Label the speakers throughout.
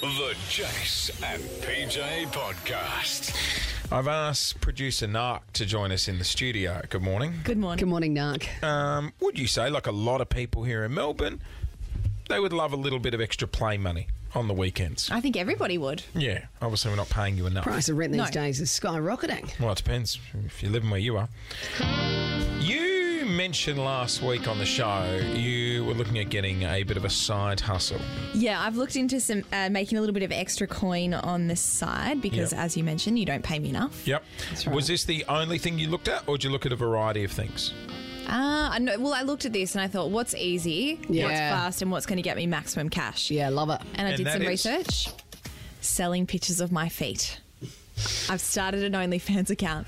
Speaker 1: The Jace and PJ Podcast.
Speaker 2: I've asked producer Nark to join us in the studio. Good morning.
Speaker 3: Good morning.
Speaker 4: Good morning, Nark.
Speaker 2: Um, would you say, like a lot of people here in Melbourne, they would love a little bit of extra play money on the weekends?
Speaker 3: I think everybody would.
Speaker 2: Yeah, obviously we're not paying you enough.
Speaker 4: Price of rent these
Speaker 3: No.
Speaker 4: days is skyrocketing.
Speaker 2: Well, it depends if you're living where you are. You mentioned last week on the show you were looking at getting a bit of a side hustle.
Speaker 3: Yeah, I've looked into some uh, making a little bit of extra coin on the side because,
Speaker 2: Yep.
Speaker 3: as you mentioned, you don't pay me enough.
Speaker 2: Yep.
Speaker 4: right.
Speaker 2: Was this the only thing you looked at, or did you look at a variety of things?
Speaker 3: Ah, I know. Well, I looked at this and I thought, what's easy,
Speaker 4: Yeah.
Speaker 3: what's fast, and what's going to get me maximum cash?
Speaker 4: Yeah, love it.
Speaker 3: And I
Speaker 2: And
Speaker 3: did
Speaker 2: that
Speaker 3: some
Speaker 2: is?
Speaker 3: research. Selling pictures of my feet. I've started an OnlyFans account.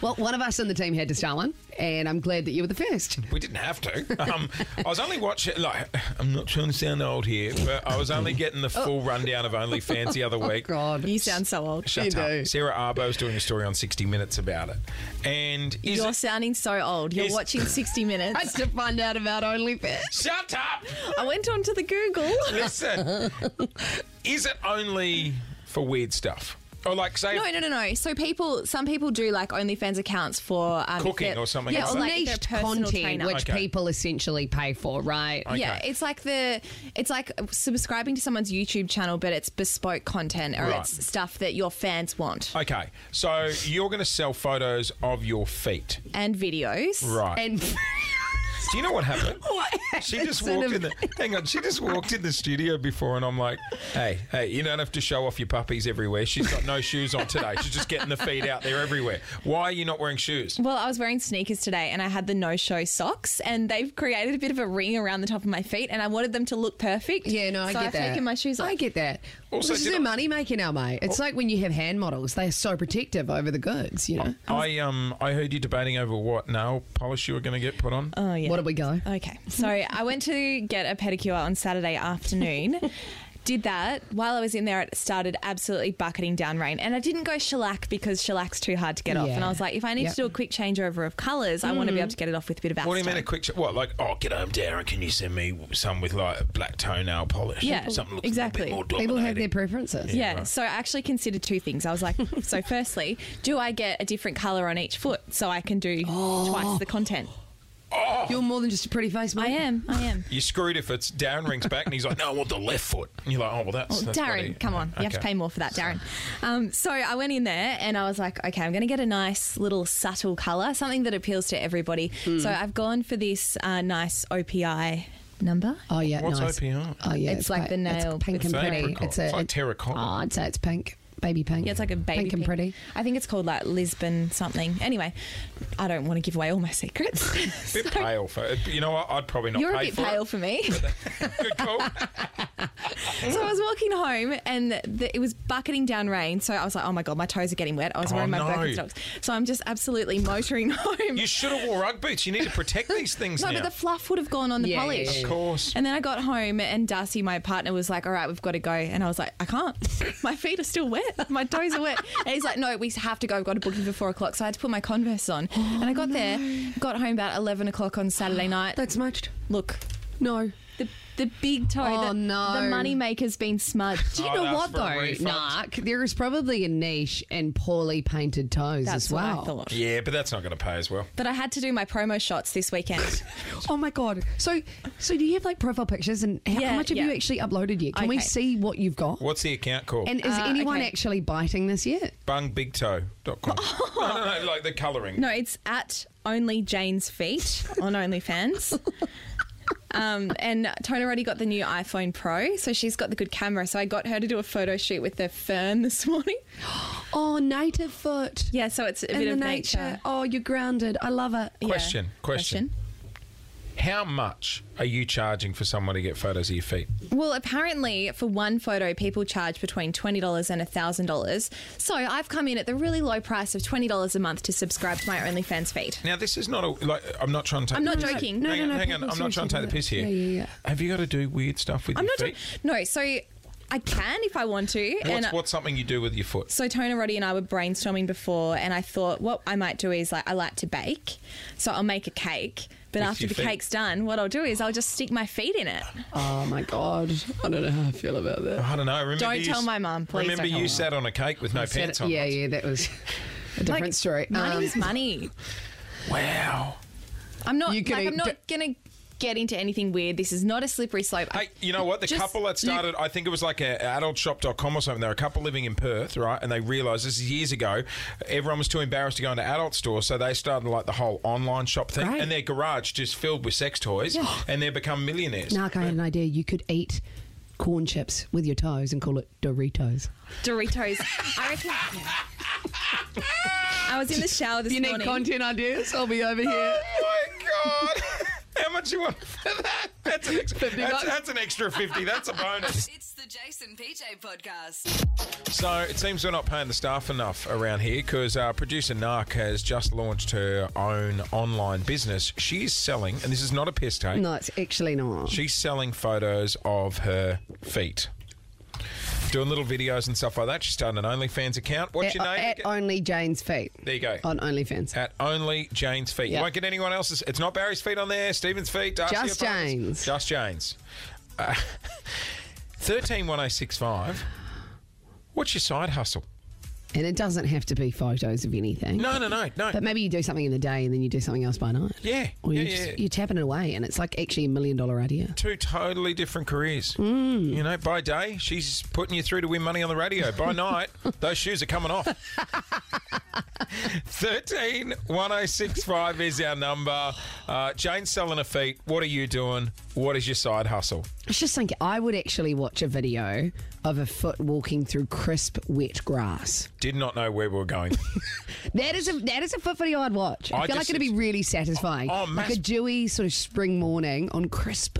Speaker 4: Well, one of us on the team had to start one, and I'm glad that you were the first.
Speaker 2: We didn't have to. Um, I was only watching. Like, I'm not trying to sound old here, but I was only getting the full rundown of OnlyFans the other week.
Speaker 4: Oh, God.
Speaker 3: You sound so old.
Speaker 2: Shut
Speaker 4: You
Speaker 2: up.
Speaker 4: do.
Speaker 2: Sarah Arbo's doing a story on 60 Minutes about it, and is
Speaker 3: You're
Speaker 2: it-
Speaker 3: sounding so old. You're
Speaker 2: Is-
Speaker 3: watching 60
Speaker 4: That's
Speaker 3: Minutes.
Speaker 4: to find out about OnlyFans.
Speaker 2: shut up.
Speaker 3: I went onto the Google.
Speaker 2: Listen, is it only for weird stuff, or like say?
Speaker 3: No, no, no, no. So people, some people do like OnlyFans accounts for um, if
Speaker 2: Cooking
Speaker 3: they're-
Speaker 2: or something
Speaker 3: Yeah,
Speaker 2: like
Speaker 3: or
Speaker 2: that.
Speaker 3: like if they're a
Speaker 4: Niche
Speaker 3: personal
Speaker 4: content,
Speaker 3: trainer.
Speaker 4: which
Speaker 2: Okay.
Speaker 4: people essentially pay for, right?
Speaker 2: Okay.
Speaker 3: Yeah, it's like the it's like subscribing to someone's YouTube channel, but it's bespoke content or
Speaker 2: Right.
Speaker 3: it's stuff that your fans want
Speaker 2: Okay, so you're going to sell photos of your feet,
Speaker 3: and videos.
Speaker 2: right?
Speaker 4: And
Speaker 2: Do you know what happened?
Speaker 4: what?
Speaker 2: She just walked in the hang on. She just walked in the studio before, and I'm like, "Hey, hey, you don't have to show off your puppies everywhere. She's got no shoes on today. She's just getting the feet out there everywhere. Why are you not wearing shoes?
Speaker 3: Well, I was wearing sneakers today and I had the no show socks, and they've created a bit of a ring around the top of my feet, and I wanted them to look perfect.
Speaker 4: Yeah, no, I
Speaker 3: so
Speaker 4: get
Speaker 3: I've
Speaker 4: that.
Speaker 3: taken my shoes off.
Speaker 4: I get that.
Speaker 2: Also,
Speaker 4: this is
Speaker 2: did
Speaker 4: their
Speaker 2: I-
Speaker 4: money making, our mate.
Speaker 3: Oh.
Speaker 4: It's like when you have hand models; they are so protective over the goods.
Speaker 3: Oh.
Speaker 4: You know.
Speaker 2: I um, I heard you debating over what nail polish you were going to get put on.
Speaker 3: Oh, yeah.
Speaker 4: What did we go?
Speaker 3: Okay. So I went to get a pedicure on Saturday afternoon. Did that while I was in there, it started absolutely bucketing down rain. And I didn't go shellac because shellac's too hard to get off.
Speaker 4: Yeah.
Speaker 3: And I was like, if I need
Speaker 4: Yep.
Speaker 3: to do a quick changeover of colours, I want to be able to get it off with a bit of acetone.
Speaker 2: what do you mean a quick? Ch- what like? Oh, get home, Darren. Can you send me some with like a black toenail polish?
Speaker 3: Yeah,
Speaker 2: something looks
Speaker 3: exactly.
Speaker 2: A little bit more
Speaker 4: People have their
Speaker 2: dominating.
Speaker 4: preferences.
Speaker 3: Yeah,
Speaker 2: right.
Speaker 3: so I actually considered two things. I was like, so firstly, do I get a different colour on each foot so I can do twice the content?
Speaker 4: You're more than just a pretty face, mate.
Speaker 3: I am, I am.
Speaker 2: You're screwed if it's Darren rings back and he's like, "No, I want the left foot." And you're like, "Oh, well, that's, that's bloody-
Speaker 3: Darren, come on. You have to
Speaker 2: Okay.
Speaker 3: pay more for that, Darren. Um, so I went in there and I was like, okay, I'm going to get a nice little subtle colour, something that appeals to everybody.
Speaker 4: Hmm.
Speaker 3: So I've gone for this uh, nice OPI number.
Speaker 4: Oh yeah,
Speaker 2: What's
Speaker 4: nice.
Speaker 2: OPR?
Speaker 4: Oh yeah,
Speaker 3: It's like
Speaker 4: quite-
Speaker 3: the nail
Speaker 4: It's pink
Speaker 3: polish.
Speaker 4: and
Speaker 2: It's
Speaker 4: pretty.
Speaker 2: apricot. It's like terracotta.
Speaker 4: Oh, I'd say it's pink, baby pink.
Speaker 3: Yeah, it's like a baby
Speaker 4: pink, and pretty.
Speaker 3: I think it's called like Lisbon something. Anyway, I don't want to give away all my secrets.
Speaker 2: Bit
Speaker 3: So
Speaker 2: pale for you know what? I'd probably not.
Speaker 3: you're a
Speaker 2: pay
Speaker 3: bit
Speaker 2: for
Speaker 3: pale
Speaker 2: It.
Speaker 3: for me.
Speaker 2: Good call.
Speaker 3: So I was walking home and the, it was bucketing down rain. So I was like, oh my God, my toes are getting wet. I was
Speaker 2: Oh,
Speaker 3: wearing my
Speaker 2: no.
Speaker 3: Birkenstocks. So I'm just absolutely motoring home.
Speaker 2: You should have wore rug boots. You need to protect these things
Speaker 3: no,
Speaker 2: now.
Speaker 3: but the fluff would have gone on the
Speaker 4: Yeah,
Speaker 3: polish.
Speaker 4: yeah,
Speaker 2: of course.
Speaker 3: And then I got home and Darcy, my partner, was like, all right, we've got to go. And I was like, I can't. My feet are still wet. My toes are wet. And he's like, no, we have to go. We've got a booking for four o'clock. So I had to put my Converse on. and I got there, got home about 11 o'clock on Saturday night.
Speaker 4: That's smudged.
Speaker 3: Look,
Speaker 4: No.
Speaker 3: the, the big toe.
Speaker 4: Oh,
Speaker 3: the,
Speaker 4: no.
Speaker 3: The moneymaker's been smudged.
Speaker 4: Do you
Speaker 2: I'd
Speaker 4: know
Speaker 2: ask
Speaker 4: what
Speaker 2: Oh, for a
Speaker 4: though,
Speaker 2: refund.
Speaker 4: Nark? There is probably a niche in poorly painted toes
Speaker 3: That's
Speaker 4: as well.
Speaker 3: what I thought.
Speaker 2: yeah, but that's not going to pay as well.
Speaker 3: But I had to do my promo shots this weekend.
Speaker 4: Oh my god! So, so do you have like profile pictures, and how, how
Speaker 3: Yeah,
Speaker 4: much have you
Speaker 3: yeah.
Speaker 4: actually uploaded yet? Can we
Speaker 3: Okay.
Speaker 4: see what you've got?
Speaker 2: What's the account called?
Speaker 4: And is
Speaker 3: Uh,
Speaker 4: anyone
Speaker 3: okay.
Speaker 4: actually biting this yet?
Speaker 2: Bungbigtoe.com. no, no, no, like the colouring.
Speaker 3: Oh. no, it's at only Jane's feet on OnlyFans. Um, and Tone already got the new iPhone Pro, so she's got the good camera. So I got her to do a photo shoot with the fern this morning.
Speaker 4: Oh, native foot.
Speaker 3: Yeah, so it's a
Speaker 4: In
Speaker 3: bit
Speaker 4: the
Speaker 3: of
Speaker 4: nature.
Speaker 3: nature.
Speaker 4: Oh, you're grounded. I love it.
Speaker 3: Yeah.
Speaker 2: Question, question. How much are you charging for someone to get photos of your feet?
Speaker 3: Well, apparently, for one photo, people charge between $20 and $1,000. So I've come in at the really low price of $20 a month to subscribe to my OnlyFans feed.
Speaker 2: Now, this is not a like. I'm not trying to.
Speaker 3: I'm not joking.
Speaker 2: hang
Speaker 4: No, no,
Speaker 2: on,
Speaker 4: no,
Speaker 2: hang on.
Speaker 4: people
Speaker 2: I'm not trying to take
Speaker 4: seriously
Speaker 2: the piss
Speaker 4: do
Speaker 2: here.
Speaker 4: that. Yeah, yeah,
Speaker 2: Have you got to do weird stuff with
Speaker 3: I'm
Speaker 2: your
Speaker 3: not.
Speaker 2: feet?
Speaker 3: Trying, no, so I can if I want to. and
Speaker 2: What's, what's something you do with your foot?
Speaker 3: so Tona Roddy and I were brainstorming before, and I thought what I might do is like I like to bake, so I'll make a cake. But
Speaker 2: With
Speaker 3: after
Speaker 2: your
Speaker 3: the
Speaker 2: feet.
Speaker 3: cake's done, what I'll do is I'll just stick my feet in it.
Speaker 4: Oh my god, I don't know how I feel about that.
Speaker 2: I don't know. Remember
Speaker 3: Don't
Speaker 2: you
Speaker 3: tell
Speaker 2: s-
Speaker 3: my mum, please
Speaker 2: Remember
Speaker 3: don't tell
Speaker 2: you
Speaker 3: my
Speaker 2: sat on a cake with no pants on.
Speaker 4: yeah,
Speaker 2: once?
Speaker 4: yeah, that was a different story. Um,
Speaker 3: Money's money.
Speaker 2: Wow.
Speaker 3: I'm not.
Speaker 4: You can
Speaker 3: like,
Speaker 4: eat
Speaker 3: I'm not
Speaker 4: d-
Speaker 3: gonna get into anything weird. This is not a slippery slope. I-
Speaker 2: Hey, you know what? The
Speaker 3: Just-
Speaker 2: couple that started, I think it was like a adultshop.com or something. They were a couple living in Perth, right? And they realised this is years ago. Everyone was too embarrassed to go into adult stores, so they started like the whole online shop thing.
Speaker 4: Great.
Speaker 2: And their garage just filled with sex toys, and they become millionaires.
Speaker 4: Narc, I had an idea. You could eat corn chips with your toes and call it Doritos.
Speaker 3: Doritos. I reckon. I was in the shower this morning.
Speaker 4: ideas? I'll be over here.
Speaker 2: Oh my god! How much you want for that? That's an extra. That's,
Speaker 4: bucks.
Speaker 2: that's an extra fifty. That's a bonus.
Speaker 5: It's the Jason PJ podcast.
Speaker 2: So it seems we're not paying the staff enough around here because uh, producer Nark has just launched her own online business. She is selling, and this is not a piss take.
Speaker 4: No, it's actually not.
Speaker 2: She's selling photos of her feet. Doing little videos and stuff like that. She's starting an OnlyFans account. What's your name?
Speaker 4: At,
Speaker 2: again?
Speaker 4: only Jane's feet.
Speaker 2: there you go. Uh,
Speaker 4: On OnlyFans.
Speaker 2: At only Jane's feet. You
Speaker 4: Yeah.
Speaker 2: won't get anyone else's. It's not Barry's feet on there, Stephen's feet, Darcy
Speaker 4: Just
Speaker 2: or Barnes.
Speaker 4: Jane's.
Speaker 2: Just Jane's. Uh, 131065. What's your side hustle?
Speaker 4: and it doesn't have to be photos of anything.
Speaker 2: No, no, no, no.
Speaker 4: But maybe you do something in the day and then you do something else by night.
Speaker 2: Yeah,
Speaker 4: Or
Speaker 2: yeah,
Speaker 4: you just,
Speaker 2: yeah.
Speaker 4: you're tapping it away and it's like actually a million dollar idea.
Speaker 2: Two totally different careers.
Speaker 4: Hmm.
Speaker 2: You know, by day, she's putting you through to win money on the radio. By night, those shoes are coming off. 13 1065 is our number. Uh, Jane's selling a feet. What are you doing? What is your side hustle?
Speaker 4: I was just thinking, I would actually watch a video of a foot walking through crisp, wet grass.
Speaker 2: Did not know where we were going.
Speaker 4: That is a that is a foot video I'd watch. I,
Speaker 2: I
Speaker 4: feel
Speaker 2: just-
Speaker 4: like it'd be really satisfying.
Speaker 2: Oh,
Speaker 4: like
Speaker 2: mass-
Speaker 4: a dewy sort of spring morning on crisp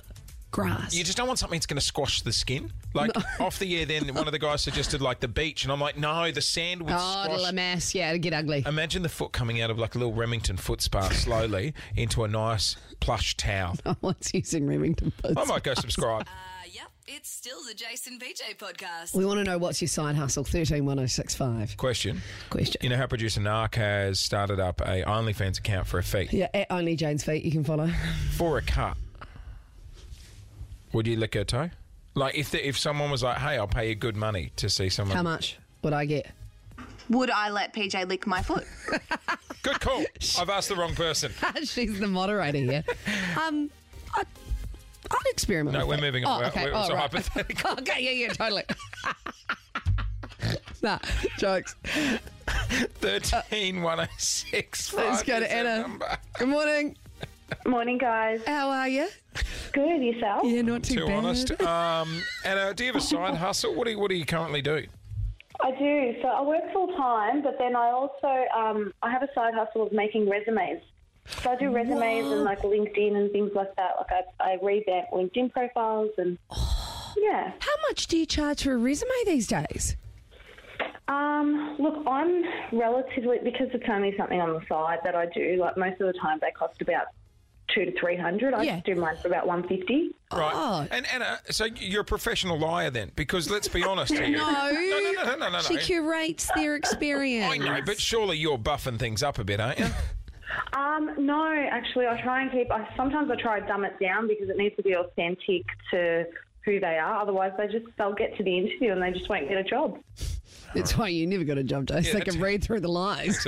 Speaker 4: grass.
Speaker 2: you just don't want something that's going to squash the skin. Like off the air, then one of the guys suggested like the beach, and I'm like, no, the sand would
Speaker 4: oh,
Speaker 2: squash. Um,
Speaker 4: it'll amass. Yeah, it'd get ugly.
Speaker 2: Imagine the foot coming out of like a little Remington foot spa slowly into a nice plush towel.
Speaker 4: No one's Oh, using Remington boots.
Speaker 2: I might go subscribe.
Speaker 5: Uh, yep, it's still the Jason PJ podcast.
Speaker 4: We want to know what's your side hustle? Thirteen one zero six five.
Speaker 2: Question.
Speaker 4: Question.
Speaker 2: You know how producer Nark has started up a OnlyFans account for a fee
Speaker 4: Yeah, at only Jane's feet you can follow.
Speaker 2: for a cut. Would you lick her toe? Like if the, if someone was like, "Hey, I'll pay you good money to see someone."
Speaker 4: How much would I get?
Speaker 3: Would I let PJ lick my foot?
Speaker 2: Good call. I've asked the wrong person.
Speaker 4: Ah, She's the moderator here. um, I, I'd experiment.
Speaker 2: No,
Speaker 4: with
Speaker 2: we're
Speaker 4: it.
Speaker 2: moving on.
Speaker 4: Oh, okay.
Speaker 2: We're-
Speaker 4: oh,
Speaker 2: it's a
Speaker 4: right.
Speaker 2: hypothetical.
Speaker 4: okay, yeah, yeah, totally. nah, jokes.
Speaker 2: Thirteen one oh six.
Speaker 4: Let's go to Anna. Good morning.
Speaker 6: Morning, guys.
Speaker 4: How are you?
Speaker 6: Good yourself.
Speaker 4: Yeah, not too,
Speaker 2: Too
Speaker 4: bad.
Speaker 2: honest. Um, Anna, do you have a side hustle? What do you, what do you currently do?
Speaker 6: I do. So I work full time, but then I also um, I have a side hustle of making resumes. So I do resumes and like LinkedIn and things like that. Like I, I revamp LinkedIn profiles and
Speaker 4: Oh.
Speaker 6: yeah.
Speaker 4: How much do you charge for a resume these days?
Speaker 6: Um, look, I'm relatively because it's only something on the side that I do. Like most of the time, they cost about two to three hundred. I
Speaker 4: Yeah.
Speaker 6: just do mine for about one fifty.
Speaker 2: Right.
Speaker 4: Oh.
Speaker 2: And Anna, so you're a professional liar then? Because let's be honest here. no, no, no, no, no, no.
Speaker 4: She curates their experience.
Speaker 2: I know, but surely you're buffing things up a bit, aren't you?
Speaker 6: Um, no, actually, I try and keep. I sometimes I try to dumb it down because it needs to be authentic to who they are. Otherwise, they just they'll get to the interview and they just won't get a job.
Speaker 4: That's why you never got a job, Jace. they
Speaker 2: that's-
Speaker 4: can read through the lines.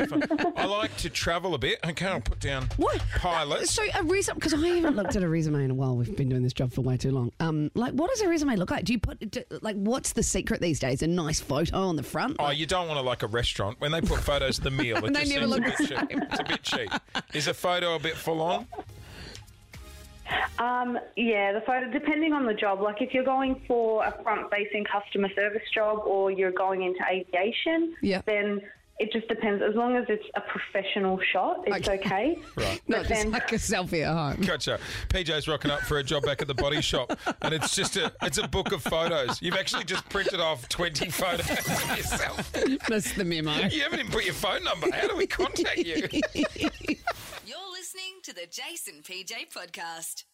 Speaker 2: I like to travel a bit. Okay, I'll put down
Speaker 4: What?
Speaker 2: pilots.
Speaker 4: So a resume, because I haven't looked at a resume in a while. We've been doing this job for way too long. Um, like, what does a resume look like? Do you put do, like what's the secret these days? A nice photo on the front.
Speaker 2: Oh, you don't want to like a restaurant when they put photos of the meal. It
Speaker 4: They
Speaker 2: just seems
Speaker 4: never
Speaker 2: a
Speaker 4: look
Speaker 2: bit
Speaker 4: the
Speaker 2: cheap. It's a bit cheap. Is a photo a bit full on?
Speaker 6: Um, yeah, the photo depending on the job. Like if you're going for a front-facing customer service job or you're going into aviation,
Speaker 4: Yeah.
Speaker 6: then it just depends. As long as it's a professional shot, it's
Speaker 4: Okay.
Speaker 6: okay.
Speaker 2: Right.
Speaker 4: not just
Speaker 6: but then-
Speaker 4: like a selfie at home.
Speaker 2: Gotcha. PJ's rocking up for a job back at the body shop, and it's just a it's a book of photos. You've actually just printed off twenty photos of yourself.
Speaker 4: That's the memo.
Speaker 2: You haven't even put your phone number. How do we contact you?
Speaker 5: You're listening to the Jason PJ podcast.